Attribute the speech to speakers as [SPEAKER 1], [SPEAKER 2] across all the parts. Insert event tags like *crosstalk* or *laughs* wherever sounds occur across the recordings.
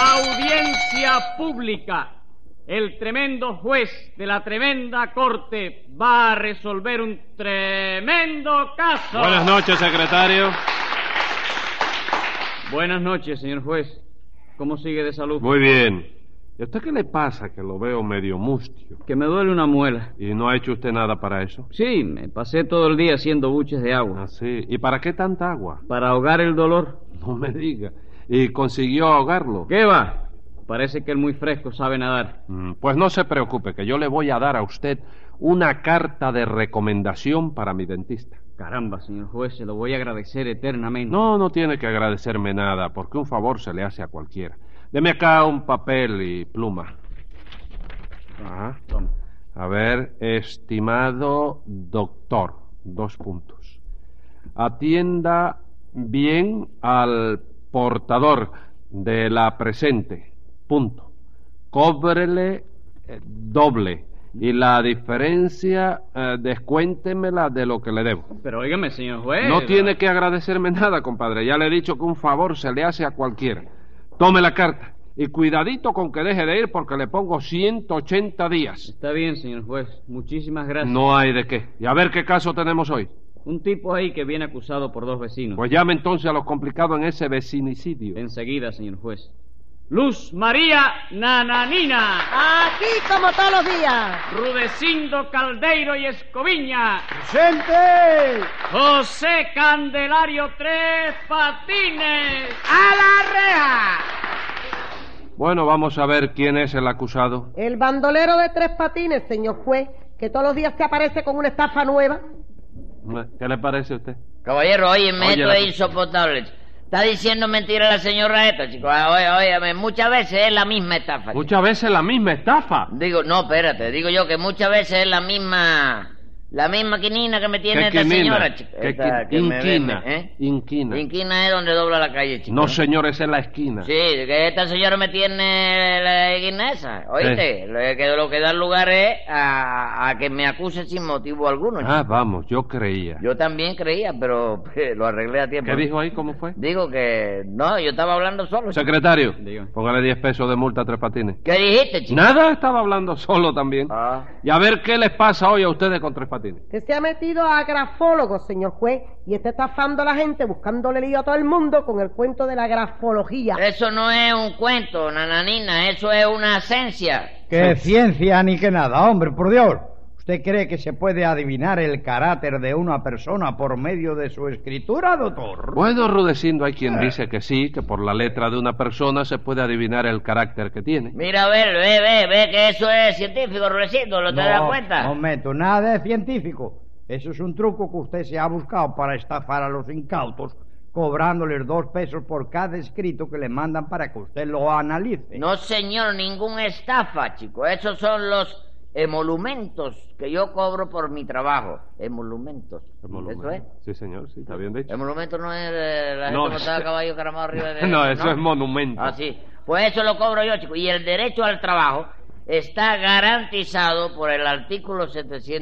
[SPEAKER 1] Audiencia pública. El tremendo juez de la tremenda corte va a resolver un tremendo caso.
[SPEAKER 2] Buenas noches, secretario.
[SPEAKER 1] Buenas noches, señor juez. ¿Cómo sigue de salud?
[SPEAKER 2] Muy bien. ¿Y a usted qué le pasa que lo veo medio mustio?
[SPEAKER 1] Que me duele una muela.
[SPEAKER 2] ¿Y no ha hecho usted nada para eso?
[SPEAKER 1] Sí, me pasé todo el día haciendo buches de agua.
[SPEAKER 2] Ah, sí. ¿Y para qué tanta agua? *laughs*
[SPEAKER 1] Para ahogar el dolor.
[SPEAKER 2] No me diga. ¿Y consiguió ahogarlo?
[SPEAKER 1] ¿Qué va? Parece que el muy fresco sabe nadar.
[SPEAKER 2] Mm, Pues no se preocupe, que yo le voy a dar a usted una carta de recomendación para mi dentista.
[SPEAKER 1] Caramba, señor juez, se lo voy a agradecer eternamente.
[SPEAKER 2] No, no tiene que agradecerme nada, porque un favor se le hace a cualquiera. Deme acá un papel y pluma. Ah. Ajá.
[SPEAKER 1] Toma.
[SPEAKER 2] A ver, estimado doctor, dos puntos. Atienda bien al portador de la presente, punto. Cóbrele eh, doble y la diferencia eh, descuéntemela de lo que le debo.
[SPEAKER 1] Pero óigame, señor juez.
[SPEAKER 2] No tiene que agradecerme nada, compadre. Ya le he dicho que un favor se le hace a cualquiera. Tome la carta y cuidadito con que deje de ir porque le pongo 180 días.
[SPEAKER 1] Está bien, señor juez. Muchísimas gracias.
[SPEAKER 2] No hay de qué. Y a ver qué caso tenemos hoy.
[SPEAKER 1] Un tipo ahí que viene acusado por dos vecinos.
[SPEAKER 2] Pues llame entonces a lo complicado en ese vecinicidio.
[SPEAKER 1] Enseguida, señor juez. Luz María Nananina,
[SPEAKER 3] Aquí como todos los días.
[SPEAKER 1] Rudecindo Caldeiro y Escoviña,
[SPEAKER 3] ¡Presente!
[SPEAKER 1] José Candelario Tres Patines.
[SPEAKER 3] ¡A la reja!
[SPEAKER 2] Bueno, vamos a ver quién es el acusado.
[SPEAKER 3] El bandolero de tres patines, señor juez, que todos los días te aparece con una estafa nueva.
[SPEAKER 2] ¿Qué le parece a usted?
[SPEAKER 4] Caballero, óyeme,
[SPEAKER 2] Oye,
[SPEAKER 4] esto
[SPEAKER 2] la-
[SPEAKER 4] es insoportable. Está diciendo mentira la señora esta, chico. Ah, Oye, óyeme, muchas veces es la misma estafa. chico.
[SPEAKER 2] Muchas veces la misma estafa.
[SPEAKER 4] Digo, no, espérate, digo yo que muchas veces es la misma... La misma quinina que me tiene
[SPEAKER 2] ¿Qué
[SPEAKER 4] esta
[SPEAKER 2] quinina?
[SPEAKER 4] señora, chico.
[SPEAKER 2] ¿Qué
[SPEAKER 4] Esta
[SPEAKER 2] qui-
[SPEAKER 4] que me
[SPEAKER 2] Inquina.
[SPEAKER 4] vende, ¿eh?
[SPEAKER 2] Inquina.
[SPEAKER 4] Inquina es donde dobla la calle, chico.
[SPEAKER 2] No, señor, esa es la esquina.
[SPEAKER 4] Sí, que esta señora me tiene la guinesa, oíste, Lo que lo que da lugar es a, a que me acuse sin motivo alguno.
[SPEAKER 2] Ah,
[SPEAKER 4] chico.
[SPEAKER 2] vamos, yo creía.
[SPEAKER 4] Yo también creía, pero *laughs* lo arreglé a tiempo.
[SPEAKER 2] ¿Qué dijo ahí? ¿Cómo fue?
[SPEAKER 4] Digo que no, yo estaba hablando solo. chico.
[SPEAKER 2] Secretario,
[SPEAKER 1] Dígame.
[SPEAKER 2] póngale 10 pesos de multa a Tres Patines.
[SPEAKER 4] ¿Qué dijiste, chico?
[SPEAKER 2] Nada, estaba hablando *laughs* solo también.
[SPEAKER 4] Ah.
[SPEAKER 2] Y a ver qué les pasa hoy a ustedes con Tres Patines.
[SPEAKER 3] Que se ha metido a grafólogo, señor juez, y está estafando a la gente, buscándole lío a todo el mundo con el cuento de la grafología.
[SPEAKER 2] Eh.
[SPEAKER 4] Eso no es un cuento, nananina, eso es una esencia.
[SPEAKER 5] Que ciencia ni que nada, hombre, por Dios. ¿Usted cree que se puede adivinar el carácter de una persona por medio de su escritura, doctor?
[SPEAKER 2] Bueno, Rudecindo, hay quien dice que sí, que por la letra de una persona se puede adivinar el carácter que tiene.
[SPEAKER 4] Mira, a ver, ve, ve, ve que eso es científico, Rudecindo, ¿lo te das cuenta?
[SPEAKER 5] No meto nada de científico. Eso es un truco que usted se ha buscado para estafar a los incautos, cobrándoles dos pesos por cada escrito que le mandan para que usted lo analice.
[SPEAKER 4] No, señor, ningún estafa, chico. Esos son los emolumentos que yo cobro por mi trabajo. Emolumentos. ¿Eso es?
[SPEAKER 2] Sí, señor, sí, está bien dicho.
[SPEAKER 4] Emolumento no es eh, la gente
[SPEAKER 2] No, *laughs*
[SPEAKER 4] montada a
[SPEAKER 2] ese-
[SPEAKER 4] caballo caramado arriba
[SPEAKER 2] *laughs*
[SPEAKER 4] de...
[SPEAKER 2] No, eso es monumento.
[SPEAKER 4] Ah, sí. Pues eso lo cobro yo, chico. Y el derecho al trabajo está garantizado por el artículo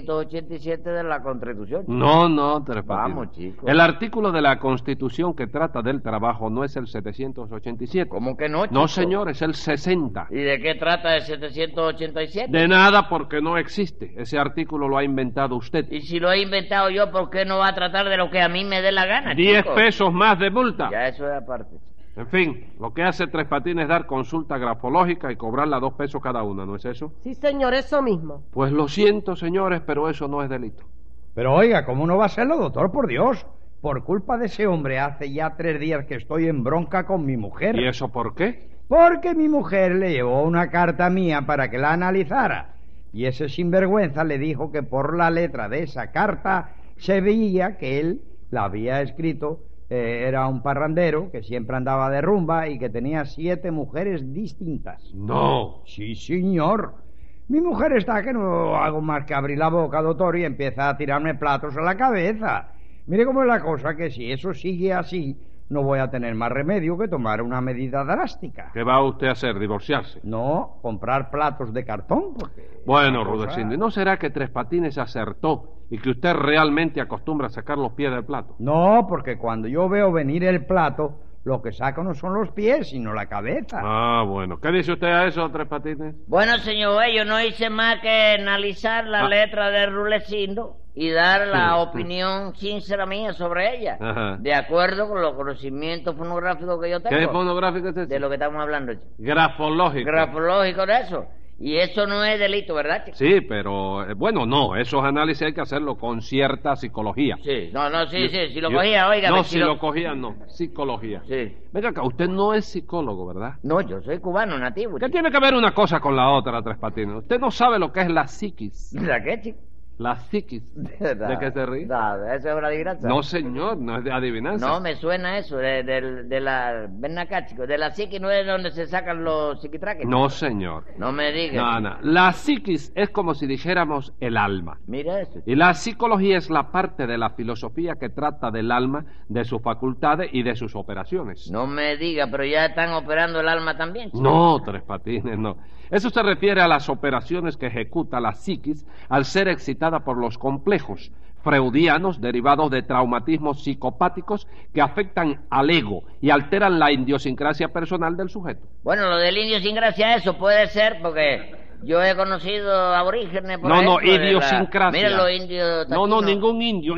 [SPEAKER 4] 787 de la Constitución. chico.
[SPEAKER 2] No, no, Tres Patines.
[SPEAKER 4] Vamos, chico.
[SPEAKER 2] El artículo de la Constitución que trata del trabajo no es el 787.
[SPEAKER 4] ¿Cómo que no, chico?
[SPEAKER 2] No, señor, es el 60.
[SPEAKER 4] ¿Y de qué trata el 787?
[SPEAKER 2] De nada porque no existe. Ese artículo lo ha inventado usted.
[SPEAKER 4] Y si lo he inventado yo, ¿por qué no va a tratar de lo que a mí me dé la gana,
[SPEAKER 2] 10
[SPEAKER 4] chico?
[SPEAKER 2] pesos más de multa.
[SPEAKER 4] Ya eso es aparte.
[SPEAKER 2] En fin, lo que hace Tres Patines es dar consulta grafológica y cobrarla dos pesos cada una, ¿no es eso?
[SPEAKER 3] Sí, señor, eso mismo.
[SPEAKER 2] Pues lo siento, señores, pero eso no es delito.
[SPEAKER 5] Pero oiga, ¿cómo no va a serlo, doctor? Por Dios. Por culpa de ese hombre, hace ya tres días que estoy en bronca con mi mujer.
[SPEAKER 2] ¿Y eso por qué?
[SPEAKER 5] Porque mi mujer le llevó una carta mía para que la analizara. Y ese sinvergüenza le dijo que por la letra de esa carta se veía que él la había escrito. eh, era un parrandero que siempre andaba de rumba y que tenía siete mujeres distintas.
[SPEAKER 2] No.
[SPEAKER 5] Sí, señor. Mi mujer está que no hago más que abrir la boca, doctor, y empieza a tirarme platos a la cabeza. Mire cómo es la cosa, que si eso sigue así, no voy a tener más remedio que tomar una medida drástica.
[SPEAKER 2] ¿Qué va usted a hacer? ¿Divorciarse?
[SPEAKER 5] No, comprar platos de cartón, porque...
[SPEAKER 2] Bueno,
[SPEAKER 5] Una cosa-
[SPEAKER 2] Rudecindo, ¿y no será que Tres Patines acertó y que usted realmente acostumbra a sacar los pies del plato?
[SPEAKER 5] No, porque cuando yo veo venir el plato, Lo que saco no son los pies, sino la cabeza.
[SPEAKER 2] Ah, bueno. ¿Qué dice usted a eso, Tres Patines?
[SPEAKER 4] Bueno, señor juez, yo no hice más que analizar la
[SPEAKER 2] Ah.
[SPEAKER 4] letra de Rulecindo y dar
[SPEAKER 2] Mm,
[SPEAKER 4] la
[SPEAKER 2] mm.
[SPEAKER 4] opinión sincera mía sobre ella,
[SPEAKER 2] Ajá.
[SPEAKER 4] de acuerdo con los conocimientos fonográficos que yo tengo.
[SPEAKER 2] ¿Qué fonográfico es
[SPEAKER 4] De
[SPEAKER 2] ese?
[SPEAKER 4] lo que estamos hablando, chico.
[SPEAKER 2] Grafológico.
[SPEAKER 4] Grafológico de eso. Y eso no es delito, ¿verdad, chico?
[SPEAKER 2] Sí, pero eh, bueno, no, esos análisis hay que hacerlo con cierta psicología.
[SPEAKER 4] Sí. No, no, sí,
[SPEAKER 2] Yo-
[SPEAKER 4] sí. Si lo
[SPEAKER 2] yo-
[SPEAKER 4] cogía, oiga.
[SPEAKER 2] No, si, lo... cogía, no. Psicología.
[SPEAKER 4] Sí.
[SPEAKER 2] Venga acá, usted no es psicólogo, ¿verdad?
[SPEAKER 4] No, yo soy cubano nativo.
[SPEAKER 2] ¿Qué
[SPEAKER 4] chico.
[SPEAKER 2] tiene que ver una cosa con la otra, Tres Patines? Usted no sabe lo que es la psiquis.
[SPEAKER 4] ¿De qué, chico?
[SPEAKER 2] La psiquis. ¿De qué se ríe?
[SPEAKER 4] Nada, eso es una adivinanza.
[SPEAKER 2] No, señor, no es de adivinanza.
[SPEAKER 4] No, me suena eso, de, del- de la... Ven acá, chico, de la psiqui no es donde se sacan los psiquitraques.
[SPEAKER 2] No, señor.
[SPEAKER 4] No me digas.
[SPEAKER 2] No, no. La psiquis es como si dijéramos el alma.
[SPEAKER 4] Mira eso.
[SPEAKER 2] Y la psicología es la parte de la filosofía que trata del alma, de sus facultades y de sus operaciones.
[SPEAKER 4] No me digas, pero ya están operando el alma también. chico.
[SPEAKER 2] No, tres patines, no. Eso se refiere a las operaciones que ejecuta la psiquis al ser excitada por los complejos freudianos derivados de traumatismos psicopáticos que afectan al ego y alteran la idiosincrasia personal del sujeto.
[SPEAKER 4] Bueno, lo del indio sin gracia, eso puede ser porque yo he conocido aborígenes. Por
[SPEAKER 2] No, no,
[SPEAKER 4] ejemplo, de la-
[SPEAKER 2] idiosincrasia.
[SPEAKER 4] Mira los indios.
[SPEAKER 2] No, no,
[SPEAKER 4] taquinos.
[SPEAKER 2] ningún indio,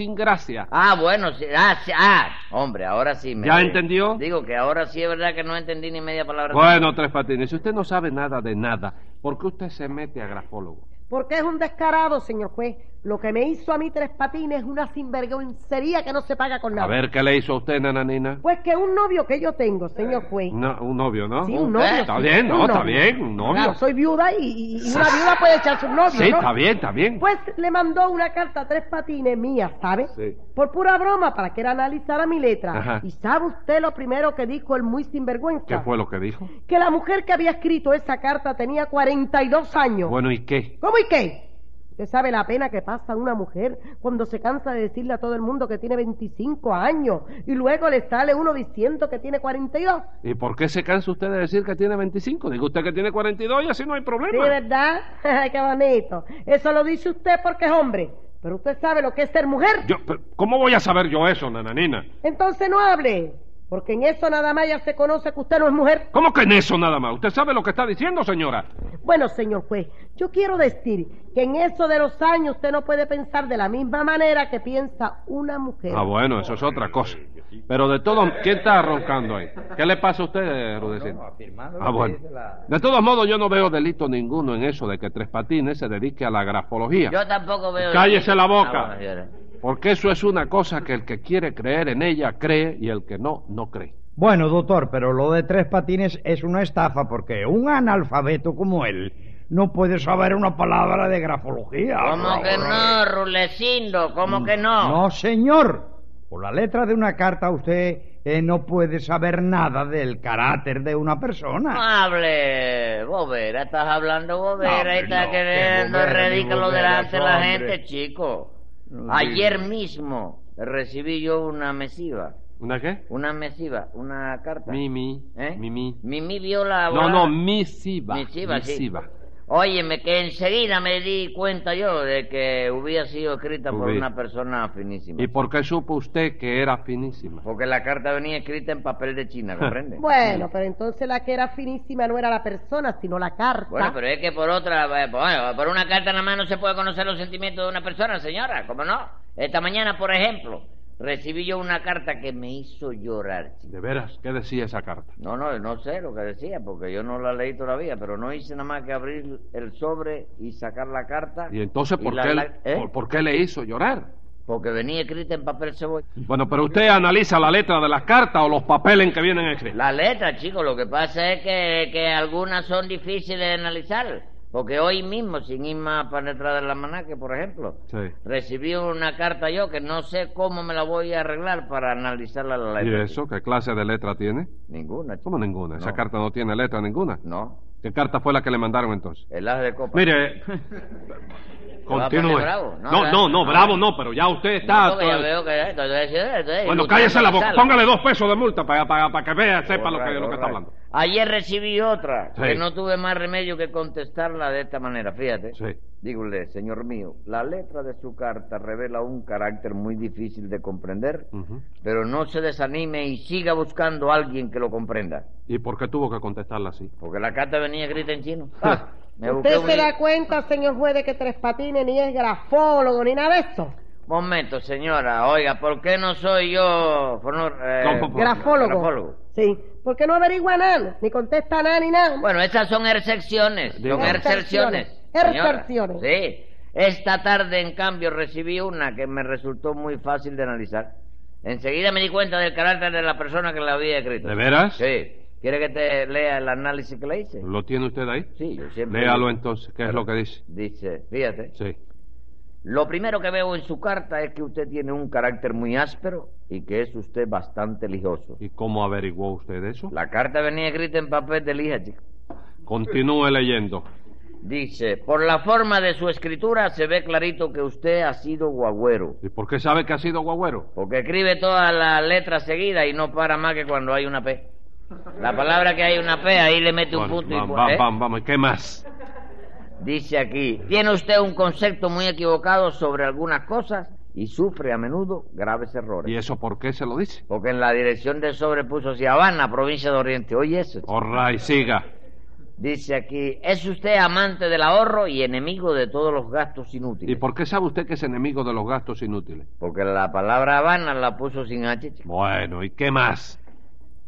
[SPEAKER 2] idiosincrasia.
[SPEAKER 4] Ah, bueno, sí, ah, sí, ah, hombre, ahora sí me.
[SPEAKER 2] ¿Ya entendió?
[SPEAKER 4] Digo que ahora sí es verdad que no entendí ni media palabra.
[SPEAKER 2] Bueno, tres patines, si usted no sabe nada de nada, ¿por qué usted se mete a grafólogo?
[SPEAKER 3] Porque es un descarado, señor juez. Lo que me hizo a mí tres patines es una sinvergüencería que no se paga con nada.
[SPEAKER 2] A ver qué le hizo a usted, nananina.
[SPEAKER 3] Pues que un novio que yo tengo, señor juez.
[SPEAKER 2] No, un novio, Eh, ¿no? eh,
[SPEAKER 3] Sí,
[SPEAKER 4] ¿Un
[SPEAKER 3] un novio.
[SPEAKER 4] qué?
[SPEAKER 3] sí,
[SPEAKER 2] Está bien, no,
[SPEAKER 3] un
[SPEAKER 2] está
[SPEAKER 3] novio.
[SPEAKER 2] bien, un novio.
[SPEAKER 3] Claro, soy viuda y, y- y una viuda puede echarse un novio.
[SPEAKER 2] Sí,
[SPEAKER 3] ¿no?
[SPEAKER 2] está bien, está bien.
[SPEAKER 3] Pues le mandó una carta a tres patines mías, ¿sabe?
[SPEAKER 2] Sí.
[SPEAKER 3] Por pura broma, para que él analizara mi letra.
[SPEAKER 2] Ajá.
[SPEAKER 3] ¿Y sabe usted lo primero que dijo el muy sinvergüenza?
[SPEAKER 2] ¿Qué fue lo que dijo?
[SPEAKER 3] Que la mujer que había escrito esa carta tenía 42 años.
[SPEAKER 2] Bueno, ¿y qué?
[SPEAKER 3] ¿Cómo y qué? ¿Usted sabe la pena que pasa una mujer cuando se cansa de decirle a todo el mundo que tiene 25 años y luego le sale uno diciendo que tiene 42?
[SPEAKER 2] ¿Y por qué se cansa usted de decir que tiene 25? Diga usted que tiene 42 y así no hay
[SPEAKER 3] Sí,
[SPEAKER 2] problema.
[SPEAKER 3] ¿verdad? *laughs* ¡Qué bonito! Eso lo dice usted porque es hombre. Pero usted sabe lo que es ser mujer.
[SPEAKER 2] Yo, pero, ¿Cómo voy a saber yo eso, nananina?
[SPEAKER 3] Entonces no hable. Porque en eso nada más ya se conoce que usted no es mujer.
[SPEAKER 2] ¿Cómo que en eso nada más? ¿Usted sabe lo que está diciendo, señora?
[SPEAKER 3] Bueno, señor juez, yo quiero decir que en eso de los años usted no puede pensar de la misma manera que piensa una mujer.
[SPEAKER 2] Ah, bueno, eso es otra cosa. Pero de todos, ¿quién está roncando ahí? ¿Qué le pasa a usted, Rudecín?
[SPEAKER 5] No, afirmando lo
[SPEAKER 2] Ah,
[SPEAKER 5] que
[SPEAKER 2] bueno.
[SPEAKER 5] dice la-
[SPEAKER 2] De todos modos, yo no veo delito ninguno en eso de que Tres Patines se dedique a la grafología.
[SPEAKER 4] Yo tampoco veo.
[SPEAKER 2] Cállese la boca.
[SPEAKER 4] Ah, bueno, señora.
[SPEAKER 2] Porque eso es una cosa que el que quiere creer en ella cree y el que no, no cree.
[SPEAKER 5] Bueno, doctor, pero lo de tres patines es una estafa porque un analfabeto como él no puede saber una palabra de grafología.
[SPEAKER 4] ¿Cómo que no, Rulecindo?
[SPEAKER 2] Mm,
[SPEAKER 4] ¿Cómo que no?
[SPEAKER 5] No, señor. Por la letra de una carta usted eh, no puede saber nada del carácter de una
[SPEAKER 4] No
[SPEAKER 5] persona.
[SPEAKER 4] hable, bobera, estás hablando bobera
[SPEAKER 5] No,
[SPEAKER 4] y estás
[SPEAKER 5] no, qué
[SPEAKER 4] queriendo
[SPEAKER 5] bobera, ni
[SPEAKER 4] ridículo
[SPEAKER 5] bobera,
[SPEAKER 4] delante de la
[SPEAKER 5] hombre.
[SPEAKER 4] gente, chico.
[SPEAKER 5] No
[SPEAKER 4] Ayer mismo recibí yo una mesiva,
[SPEAKER 2] ¿Una qué?
[SPEAKER 4] una mesiva, una carta.
[SPEAKER 2] Mimi.
[SPEAKER 4] ¿Eh?
[SPEAKER 2] Mimi.
[SPEAKER 4] Mimi vio la
[SPEAKER 2] No, no,
[SPEAKER 4] volada.
[SPEAKER 2] misiva.
[SPEAKER 4] Misiva, sí.
[SPEAKER 2] misiva.
[SPEAKER 4] Óyeme, que enseguida me di cuenta yo de que hubiera sido escrita por
[SPEAKER 2] Hubiera.
[SPEAKER 4] una persona finísima.
[SPEAKER 2] ¿Y por qué supo usted que era finísima?
[SPEAKER 4] Porque la carta venía escrita en papel de China, ¿comprende?
[SPEAKER 3] Bueno, pero entonces la que era finísima no era la persona, sino la carta.
[SPEAKER 4] Bueno, pero es que por otra, eh, bueno, por una carta nada más no se puede conocer los sentimientos de una persona, señora, ¿cómo no? Esta mañana, por ejemplo, recibí yo una carta que me hizo llorar. chico.
[SPEAKER 2] De veras, ¿qué decía esa carta?
[SPEAKER 4] No, no, no sé lo que decía, porque yo no la leí todavía, pero no hice nada más que abrir el sobre y sacar la carta.
[SPEAKER 2] ¿Y entonces por,
[SPEAKER 4] la-
[SPEAKER 2] qué,
[SPEAKER 4] la- ¿eh?
[SPEAKER 2] por, por qué le hizo llorar?
[SPEAKER 4] Porque venía escrita en papel cebolla.
[SPEAKER 2] Bueno, pero usted analiza la letra de las cartas o los papeles en que vienen escritos.
[SPEAKER 4] La letra, chicos, lo que pasa es que, que algunas son difíciles de analizar. Porque hoy mismo, sin ir más para detrás del almanaque, por ejemplo,
[SPEAKER 2] Sí.
[SPEAKER 4] recibí una carta yo que no sé cómo me la voy a arreglar para analizarla la
[SPEAKER 2] ¿Y
[SPEAKER 4] letra.
[SPEAKER 2] eso? ¿Qué clase de letra tiene?
[SPEAKER 4] Ninguna, chico.
[SPEAKER 2] ¿Cómo ninguna? Esa
[SPEAKER 4] No.
[SPEAKER 2] carta no tiene letra ninguna.
[SPEAKER 4] No.
[SPEAKER 2] ¿Qué carta fue la que le mandaron entonces?
[SPEAKER 4] El as de copa. *laughs*
[SPEAKER 2] Mire,
[SPEAKER 4] va a
[SPEAKER 2] continúe.
[SPEAKER 4] poner bravo, ¿no?
[SPEAKER 2] no, no, no,
[SPEAKER 4] No.
[SPEAKER 2] bravo no, pero ya usted está...
[SPEAKER 4] No, porque yo veo que... entonces, eh, entonces,
[SPEAKER 2] Bueno,
[SPEAKER 4] usted
[SPEAKER 2] cállese la boca,
[SPEAKER 4] sala.
[SPEAKER 2] póngale dos pesos de multa para, para, para que vea, sepa lo que, lo que está hablando.
[SPEAKER 4] Ayer recibí otra
[SPEAKER 2] Sí.
[SPEAKER 4] que no tuve más remedio que contestarla de esta manera, fíjate.
[SPEAKER 2] Sí.
[SPEAKER 4] Dígole, señor mío, la letra de su carta revela un carácter muy difícil de comprender,
[SPEAKER 2] Ujú.
[SPEAKER 4] pero no se desanime y siga buscando a alguien que lo comprenda.
[SPEAKER 2] ¿Y por qué tuvo que contestarla así?
[SPEAKER 4] Porque la carta venía escrita en chino. Ah, me busqué
[SPEAKER 3] ¿Usted
[SPEAKER 4] un...
[SPEAKER 3] se da cuenta, señor juez, de que Tres Patines ni es grafólogo ni nada de eso?
[SPEAKER 4] Momento, señora, oiga, ¿por qué no soy yo... fonor- eh,
[SPEAKER 2] No, por favor.
[SPEAKER 3] Grafólogo.
[SPEAKER 4] grafólogo?
[SPEAKER 3] Sí. ¿Por qué no averigua nada? Ni contesta nada ni nada.
[SPEAKER 4] Bueno, estas son excepciones. Son
[SPEAKER 2] Diga.
[SPEAKER 4] excepciones.
[SPEAKER 3] Excepciones.
[SPEAKER 4] señora.
[SPEAKER 3] Excepciones.
[SPEAKER 4] Sí. Esta tarde, en cambio, recibí una que me resultó muy fácil de analizar. Enseguida me di cuenta del carácter de la persona que la había escrito.
[SPEAKER 2] ¿De veras?
[SPEAKER 4] Sí. ¿Quiere que te lea el análisis que le hice?
[SPEAKER 2] ¿Lo tiene usted ahí?
[SPEAKER 4] Sí, yo siempre.
[SPEAKER 2] Léalo entonces, ¿qué es lo que dice?
[SPEAKER 4] Dice, fíjate.
[SPEAKER 2] Sí.
[SPEAKER 4] Lo primero que veo en su carta es que usted tiene un carácter muy áspero y que es usted bastante lijoso.
[SPEAKER 2] ¿Y cómo averiguó usted eso?
[SPEAKER 4] La carta venía escrita en papel de lija, chico.
[SPEAKER 2] Continúe leyendo.
[SPEAKER 4] Dice, por la forma de su escritura se ve clarito que usted ha sido guagüero,
[SPEAKER 2] ¿Y por qué sabe que ha sido guagüero?
[SPEAKER 4] porque escribe todas las letras seguidas y no para más que cuando hay una P. La palabra que hay una P, ahí le mete un
[SPEAKER 2] Bueno,
[SPEAKER 4] punto y
[SPEAKER 2] vamos,
[SPEAKER 4] cua- ¿eh?
[SPEAKER 2] vamos, vamos, vamos, ¿y qué más?
[SPEAKER 4] Dice aquí, tiene usted un concepto muy equivocado sobre algunas cosas y sufre a menudo graves errores.
[SPEAKER 2] ¿Y eso por qué se lo dice?
[SPEAKER 4] Porque en la dirección de sobre puso así, Habana, provincia de Oriente. Oye eso. chico.
[SPEAKER 2] Orray, siga.
[SPEAKER 4] Dice aquí, es usted amante del ahorro y enemigo de todos los gastos
[SPEAKER 2] ¿Y
[SPEAKER 4] inútiles.
[SPEAKER 2] por qué sabe usted que es enemigo de los gastos inútiles?
[SPEAKER 4] Porque la palabra Habana la puso sin H. chico.
[SPEAKER 2] Bueno, ¿y qué más?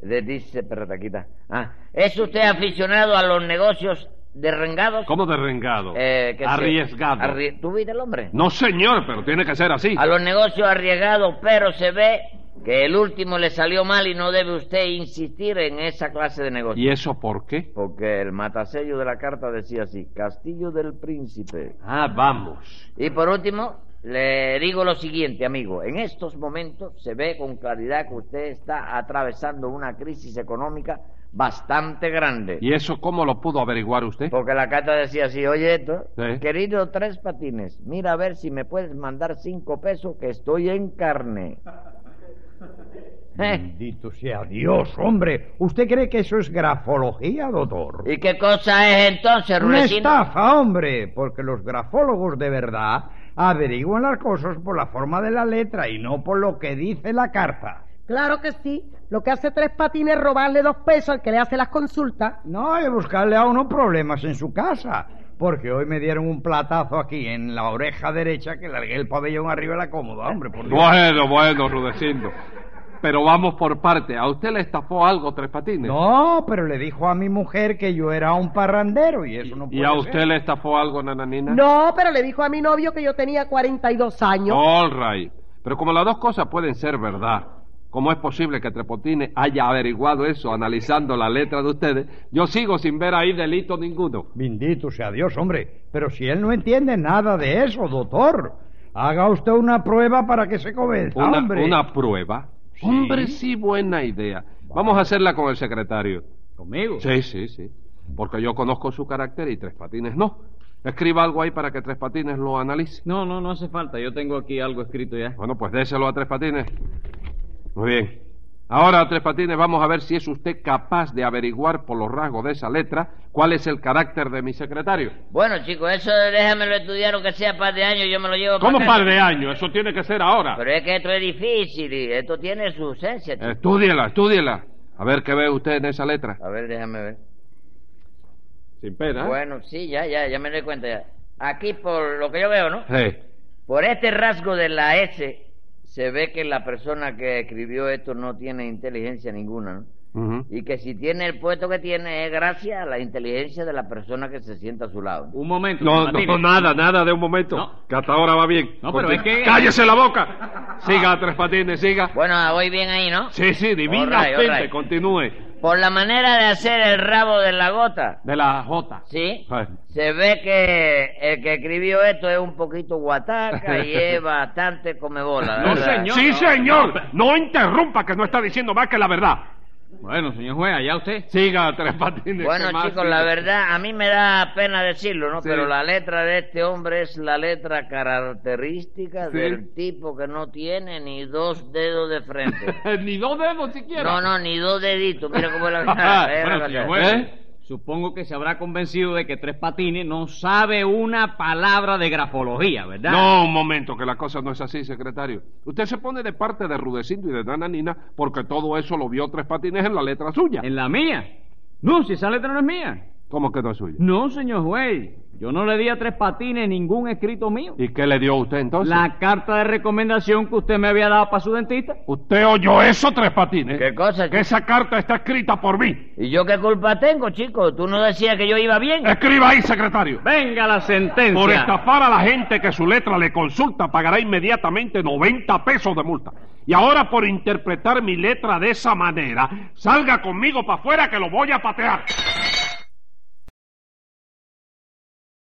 [SPEAKER 4] Le dice, espérate, aquí está. Ah, ¿Es usted aficionado a los negocios derrengados?
[SPEAKER 2] ¿Cómo derrengado?
[SPEAKER 4] Eh, que se-
[SPEAKER 2] Arriesgado.
[SPEAKER 4] arrie- ¿Tú viste el hombre?
[SPEAKER 2] No, señor, pero tiene que ser así.
[SPEAKER 4] A los negocios arriesgados, pero se ve que el último le salió mal y no debe usted insistir en esa clase de
[SPEAKER 2] ¿Y
[SPEAKER 4] negocios.
[SPEAKER 2] eso por qué?
[SPEAKER 4] Porque el matasello de la carta decía así, Castillo del Príncipe.
[SPEAKER 2] Ah, vamos.
[SPEAKER 4] Y por último, le digo lo siguiente, amigo. En estos momentos se ve con claridad que usted está atravesando una crisis económica bastante grande.
[SPEAKER 2] ¿Y eso cómo lo pudo averiguar usted?
[SPEAKER 4] Porque la carta decía así, oye esto,
[SPEAKER 2] Sí.
[SPEAKER 4] querido Tres Patines, mira a ver si me puedes mandar cinco pesos que estoy en
[SPEAKER 2] *laughs*
[SPEAKER 4] carne. *laughs* ¿Eh?
[SPEAKER 5] Bendito sea Dios, hombre. ¿Usted cree que eso es grafología, doctor?
[SPEAKER 4] ¿Y qué cosa es entonces,
[SPEAKER 5] Una
[SPEAKER 4] Rulecino?
[SPEAKER 5] estafa, hombre, porque los grafólogos de verdad averiguan las cosas por la forma de la letra y no por lo que dice la carta.
[SPEAKER 3] Claro que sí. Lo que hace Tres Patines es robarle dos pesos al que le hace las consultas.
[SPEAKER 5] No, y buscarle a uno problemas en su casa, porque hoy me dieron un platazo aquí en la oreja derecha que largué el pabellón arriba de la cómoda, hombre, por Dios.
[SPEAKER 2] Bueno, bueno, Rudecindo. Pero vamos por parte. ¿A usted le estafó algo Tres Patines?
[SPEAKER 5] No, pero le dijo a mi mujer que yo era un parrandero y eso no puede
[SPEAKER 2] ¿Y a
[SPEAKER 5] ser.
[SPEAKER 2] usted le estafó algo, Nananina?
[SPEAKER 3] No, pero le dijo a mi novio que yo tenía 42 años.
[SPEAKER 2] All right. Pero como las dos cosas pueden ser verdad, ¿cómo es posible que Trepotine haya averiguado eso analizando la letra de ustedes? Yo sigo sin ver ahí delito ninguno.
[SPEAKER 5] Bendito sea Dios, hombre. Pero si él no entiende nada de eso, doctor, haga usted una prueba para que se convenza,
[SPEAKER 2] Una,
[SPEAKER 5] hombre.
[SPEAKER 2] una prueba.
[SPEAKER 5] Sí.
[SPEAKER 2] Hombre, sí, buena idea. Vamos a hacerla con el secretario.
[SPEAKER 1] ¿Conmigo?
[SPEAKER 2] Sí, sí, sí. Porque yo conozco su carácter y Tres Patines no. Escriba algo ahí para que Tres Patines lo analice.
[SPEAKER 1] No, no, no hace falta. Yo tengo aquí algo escrito ya.
[SPEAKER 2] Bueno, pues déselo a Tres Patines. Muy bien. Ahora, Tres Patines, vamos a ver si es usted capaz de averiguar por los rasgos de esa letra cuál es el carácter de mi secretario.
[SPEAKER 4] Bueno, chicos, eso déjamelo estudiar, aunque sea par de años, yo me lo llevo
[SPEAKER 2] ¿Cómo
[SPEAKER 4] para
[SPEAKER 2] par
[SPEAKER 4] acá.
[SPEAKER 2] de años? Eso tiene que ser ahora.
[SPEAKER 4] Pero es que esto es difícil y esto tiene su esencia, chico.
[SPEAKER 2] Estúdiela, estúdiela. A ver qué ve usted en esa letra.
[SPEAKER 4] A ver, déjame ver.
[SPEAKER 2] Sin pena. ¿eh?
[SPEAKER 4] Bueno, sí, ya, ya, ya me doy cuenta ya. Aquí, por lo que yo veo, ¿no?
[SPEAKER 2] Sí.
[SPEAKER 4] Por este rasgo de la S se ve que la persona que escribió esto no tiene inteligencia ninguna, ¿no?
[SPEAKER 2] Ujú.
[SPEAKER 4] Y que si tiene el puesto que tiene es gracias a la inteligencia de la persona que se sienta a su lado.
[SPEAKER 1] Un momento.
[SPEAKER 2] No,
[SPEAKER 1] Tres
[SPEAKER 2] no,
[SPEAKER 1] Patines.
[SPEAKER 2] nada, nada de un momento.
[SPEAKER 1] No.
[SPEAKER 2] Que hasta ahora va bien.
[SPEAKER 1] No, pero
[SPEAKER 2] Continúe.
[SPEAKER 1] es que- Ah.
[SPEAKER 2] ¡Cállese la boca! Siga, Tres Patines, siga.
[SPEAKER 4] Bueno, voy bien ahí, ¿no?
[SPEAKER 2] Sí, sí, divinamente.
[SPEAKER 4] All right, all right.
[SPEAKER 2] Continúe.
[SPEAKER 4] Por la manera de hacer el rabo de la gota,
[SPEAKER 2] De la J.
[SPEAKER 4] ¿sí?
[SPEAKER 2] Sí.
[SPEAKER 4] Se ve que el que escribió esto es un poquito guataca
[SPEAKER 2] *laughs*
[SPEAKER 4] y es bastante comebola, la
[SPEAKER 2] No,
[SPEAKER 4] verdad.
[SPEAKER 2] señor. Sí, señor. No interrumpa que no está diciendo más que la verdad.
[SPEAKER 1] Bueno, señor juez, allá usted.
[SPEAKER 2] Siga, Tres Patines.
[SPEAKER 4] Bueno,
[SPEAKER 2] ¿qué más?
[SPEAKER 4] chicos, la verdad, a mí me da pena decirlo, ¿no?
[SPEAKER 2] Sí.
[SPEAKER 4] Pero la letra de este hombre es la letra característica
[SPEAKER 2] Sí.
[SPEAKER 4] del tipo que no tiene ni dos dedos de
[SPEAKER 2] *laughs*
[SPEAKER 4] frente.
[SPEAKER 1] *laughs*
[SPEAKER 2] Ni dos dedos siquiera.
[SPEAKER 4] no, no, ni dos deditos. Mira cómo
[SPEAKER 2] *laughs*
[SPEAKER 4] es la verdad. es
[SPEAKER 1] bueno,
[SPEAKER 4] la
[SPEAKER 1] señor
[SPEAKER 4] verdad.
[SPEAKER 1] juez,
[SPEAKER 2] ¿Eh?
[SPEAKER 1] supongo que se habrá convencido de que Tres Patines no sabe una palabra de grafología, ¿verdad?
[SPEAKER 2] No, un momento, que la cosa no es así, secretario. Usted se pone de parte de Rudecindo y de Nananina porque todo eso lo vio Tres Patines en la letra suya.
[SPEAKER 1] ¿En la mía? No, si esa letra no es mía.
[SPEAKER 2] ¿Cómo que no es suya?
[SPEAKER 1] No, señor juez. Yo no le di a Tres Patines ningún escrito mío.
[SPEAKER 2] ¿Y qué le dio a usted entonces?
[SPEAKER 1] La carta de recomendación que usted me había dado para su dentista.
[SPEAKER 2] ¿Usted oyó eso, Tres Patines?
[SPEAKER 4] ¿Qué cosa,
[SPEAKER 2] Que
[SPEAKER 4] chico?
[SPEAKER 2] esa carta está escrita por mí.
[SPEAKER 4] ¿Y yo qué culpa tengo, chico? Tú no decías que yo iba bien.
[SPEAKER 2] Escriba ahí, secretario.
[SPEAKER 1] Venga la sentencia.
[SPEAKER 2] Por estafar a la gente que su letra le consulta, pagará inmediatamente 90 pesos de multa. Y ahora por interpretar mi letra de esa manera, salga conmigo para afuera que lo voy a patear.